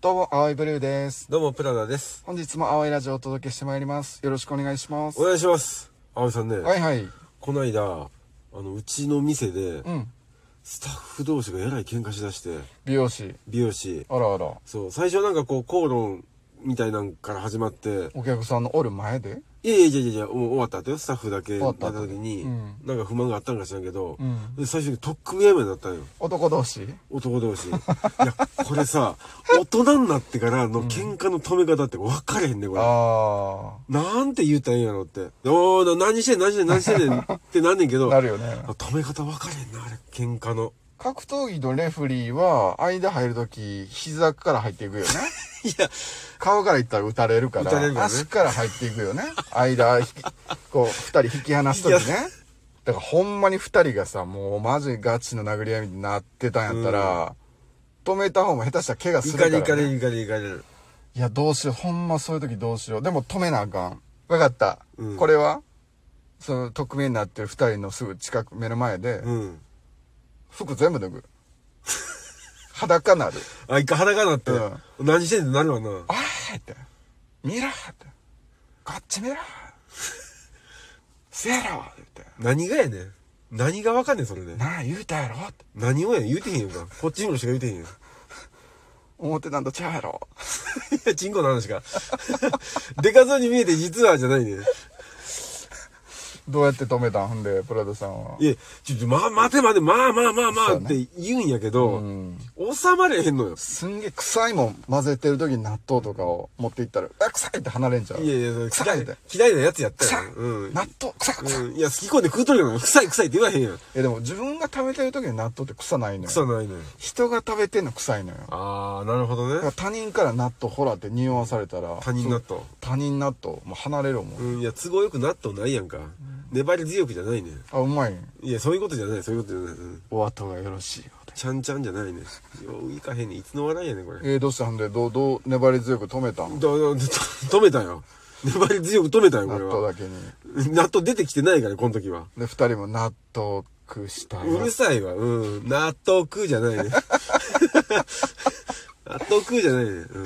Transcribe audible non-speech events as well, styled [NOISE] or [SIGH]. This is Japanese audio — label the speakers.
Speaker 1: どうも、青いブルーです。
Speaker 2: どうも、プラダです。
Speaker 1: 本日も青いラジオをお届けしてまいります。よろしくお願いします。
Speaker 2: お
Speaker 1: は
Speaker 2: 願いします。青井さんね、
Speaker 1: いはい。
Speaker 2: こないだ、あの、うちの店で
Speaker 1: う、ん。
Speaker 2: スタッフ同士がえらい喧嘩しだして、
Speaker 1: 美容師。
Speaker 2: 美容師。
Speaker 1: あらあら。
Speaker 2: そう、最初はなんかこう、口論みたいなんから始まって、
Speaker 1: お客さんのおる前で
Speaker 2: いやいやいやいやいや、もう終わった後よ、スタッフだけ
Speaker 1: 終わ
Speaker 2: や
Speaker 1: っ
Speaker 2: ったた
Speaker 1: 後
Speaker 2: 時に、
Speaker 1: うん
Speaker 2: なんか不満があったんか知らんけど、
Speaker 1: うん
Speaker 2: で最終的に取っ組み合いまでなったんよ。
Speaker 1: 男同士
Speaker 2: 男
Speaker 1: [LAUGHS]
Speaker 2: 同士。いや、これさ、大人になってからの喧嘩の止め方って分かれへんね、これ。
Speaker 1: あ
Speaker 2: なんて言うたらええんやろって。おー、な何してん何してん何してんねんってなんねんけ
Speaker 1: あ。
Speaker 2: ど。
Speaker 1: [LAUGHS] なるよね
Speaker 2: あ。止め方分かれへんな、あれ。喧嘩の。
Speaker 1: 格闘技のレフェリーは、間入るとき、膝から入っていくよね。
Speaker 2: いや、
Speaker 1: 顔からいったら打たれるから、
Speaker 2: 打たれるからね
Speaker 1: 足から入っていくよね。間、ひきこう、二人引き離すとき
Speaker 2: い
Speaker 1: ね。だからほんまに二人がさ、もうマジガチの殴り合いみたいになってたんやったら、止めた方も下手したら怪我するか
Speaker 2: 怒
Speaker 1: ら、
Speaker 2: り
Speaker 1: ね。
Speaker 2: 怒り怒り怒り。
Speaker 1: いや、どうしよう。ほんまそういう時どうしよう。でも止めなあかん。わかった。
Speaker 2: うん
Speaker 1: これはその、匿名になってる二人のすぐ近く、目の前で、
Speaker 2: うん。
Speaker 1: 服全部脱ぐ。裸なる。
Speaker 2: あ、一回裸になって、
Speaker 1: う
Speaker 2: 何してんねんなるわな。
Speaker 1: あれって。見ろって。こっち見ろせやろって
Speaker 2: 何がやねん。何が分かんねん、それで
Speaker 1: 言って。。なあ、言うたやろって
Speaker 2: 何をやねん、言うてへんやんか。こっちにもしか言うてへ
Speaker 1: [LAUGHS]
Speaker 2: んやん。い
Speaker 1: 思ってたんとちゃうやろ。
Speaker 2: や、チンコの話か。 [LAUGHS] でかそうに見えて実はじゃないねん。
Speaker 1: どうやって止めたんほんで、プラダさんは。
Speaker 2: いや、ちょっと、まあ、待て待て、まあまあまあま
Speaker 1: そ
Speaker 2: あ
Speaker 1: う
Speaker 2: っ
Speaker 1: ね
Speaker 2: て言うんやけ
Speaker 1: う
Speaker 2: ど、
Speaker 1: ん
Speaker 2: 収まれへんのよ。
Speaker 1: すんげえ臭いもん混ぜてる時に納豆とかを持っていったら、あ、臭いって離れんちゃう。
Speaker 2: いやいや、そ
Speaker 1: 臭
Speaker 2: れ
Speaker 1: いっ
Speaker 2: 嫌い
Speaker 1: て。
Speaker 2: 嫌いなやつやった
Speaker 1: 臭
Speaker 2: よ
Speaker 1: い、。
Speaker 2: うん。
Speaker 1: 納豆臭い臭い、い
Speaker 2: うん、いや、好き込んで食うとるやん。臭い臭いって言わへんやん。
Speaker 1: やでも自分が食べてる時に納豆って臭ないのよ。
Speaker 2: 臭ないのよ。
Speaker 1: 人が食べてんの臭いのよ。だ
Speaker 2: あー、なるほど
Speaker 1: から
Speaker 2: ね。
Speaker 1: 他人から納豆ほらって匂わされたら、
Speaker 2: 他人納豆。
Speaker 1: 他人納豆、もう離れろもん。
Speaker 2: うん、いや、都合よく納豆ないやんか。粘り強くじゃないね。
Speaker 1: あ、うまい。
Speaker 2: いや、そういうことじゃない、そういうことじゃない。うん、
Speaker 1: お後がよろしいようで。
Speaker 2: ちゃんちゃんじゃないね。よういかへんね。いつの笑いやねん、これ。だ、
Speaker 1: えー、どうしたんで、どう、どう、粘り強く止めたん
Speaker 2: だ、止めたよ。粘り強く止めたよ、こ
Speaker 1: 納
Speaker 2: れ
Speaker 1: 豆
Speaker 2: は。
Speaker 1: だけに。
Speaker 2: 納豆出てきてないから、この時は。
Speaker 1: で、二人も納豆食うした
Speaker 2: う
Speaker 1: よ
Speaker 2: る。さいわ、うん。納豆食うじゃないね。納豆食うじゃないね。うん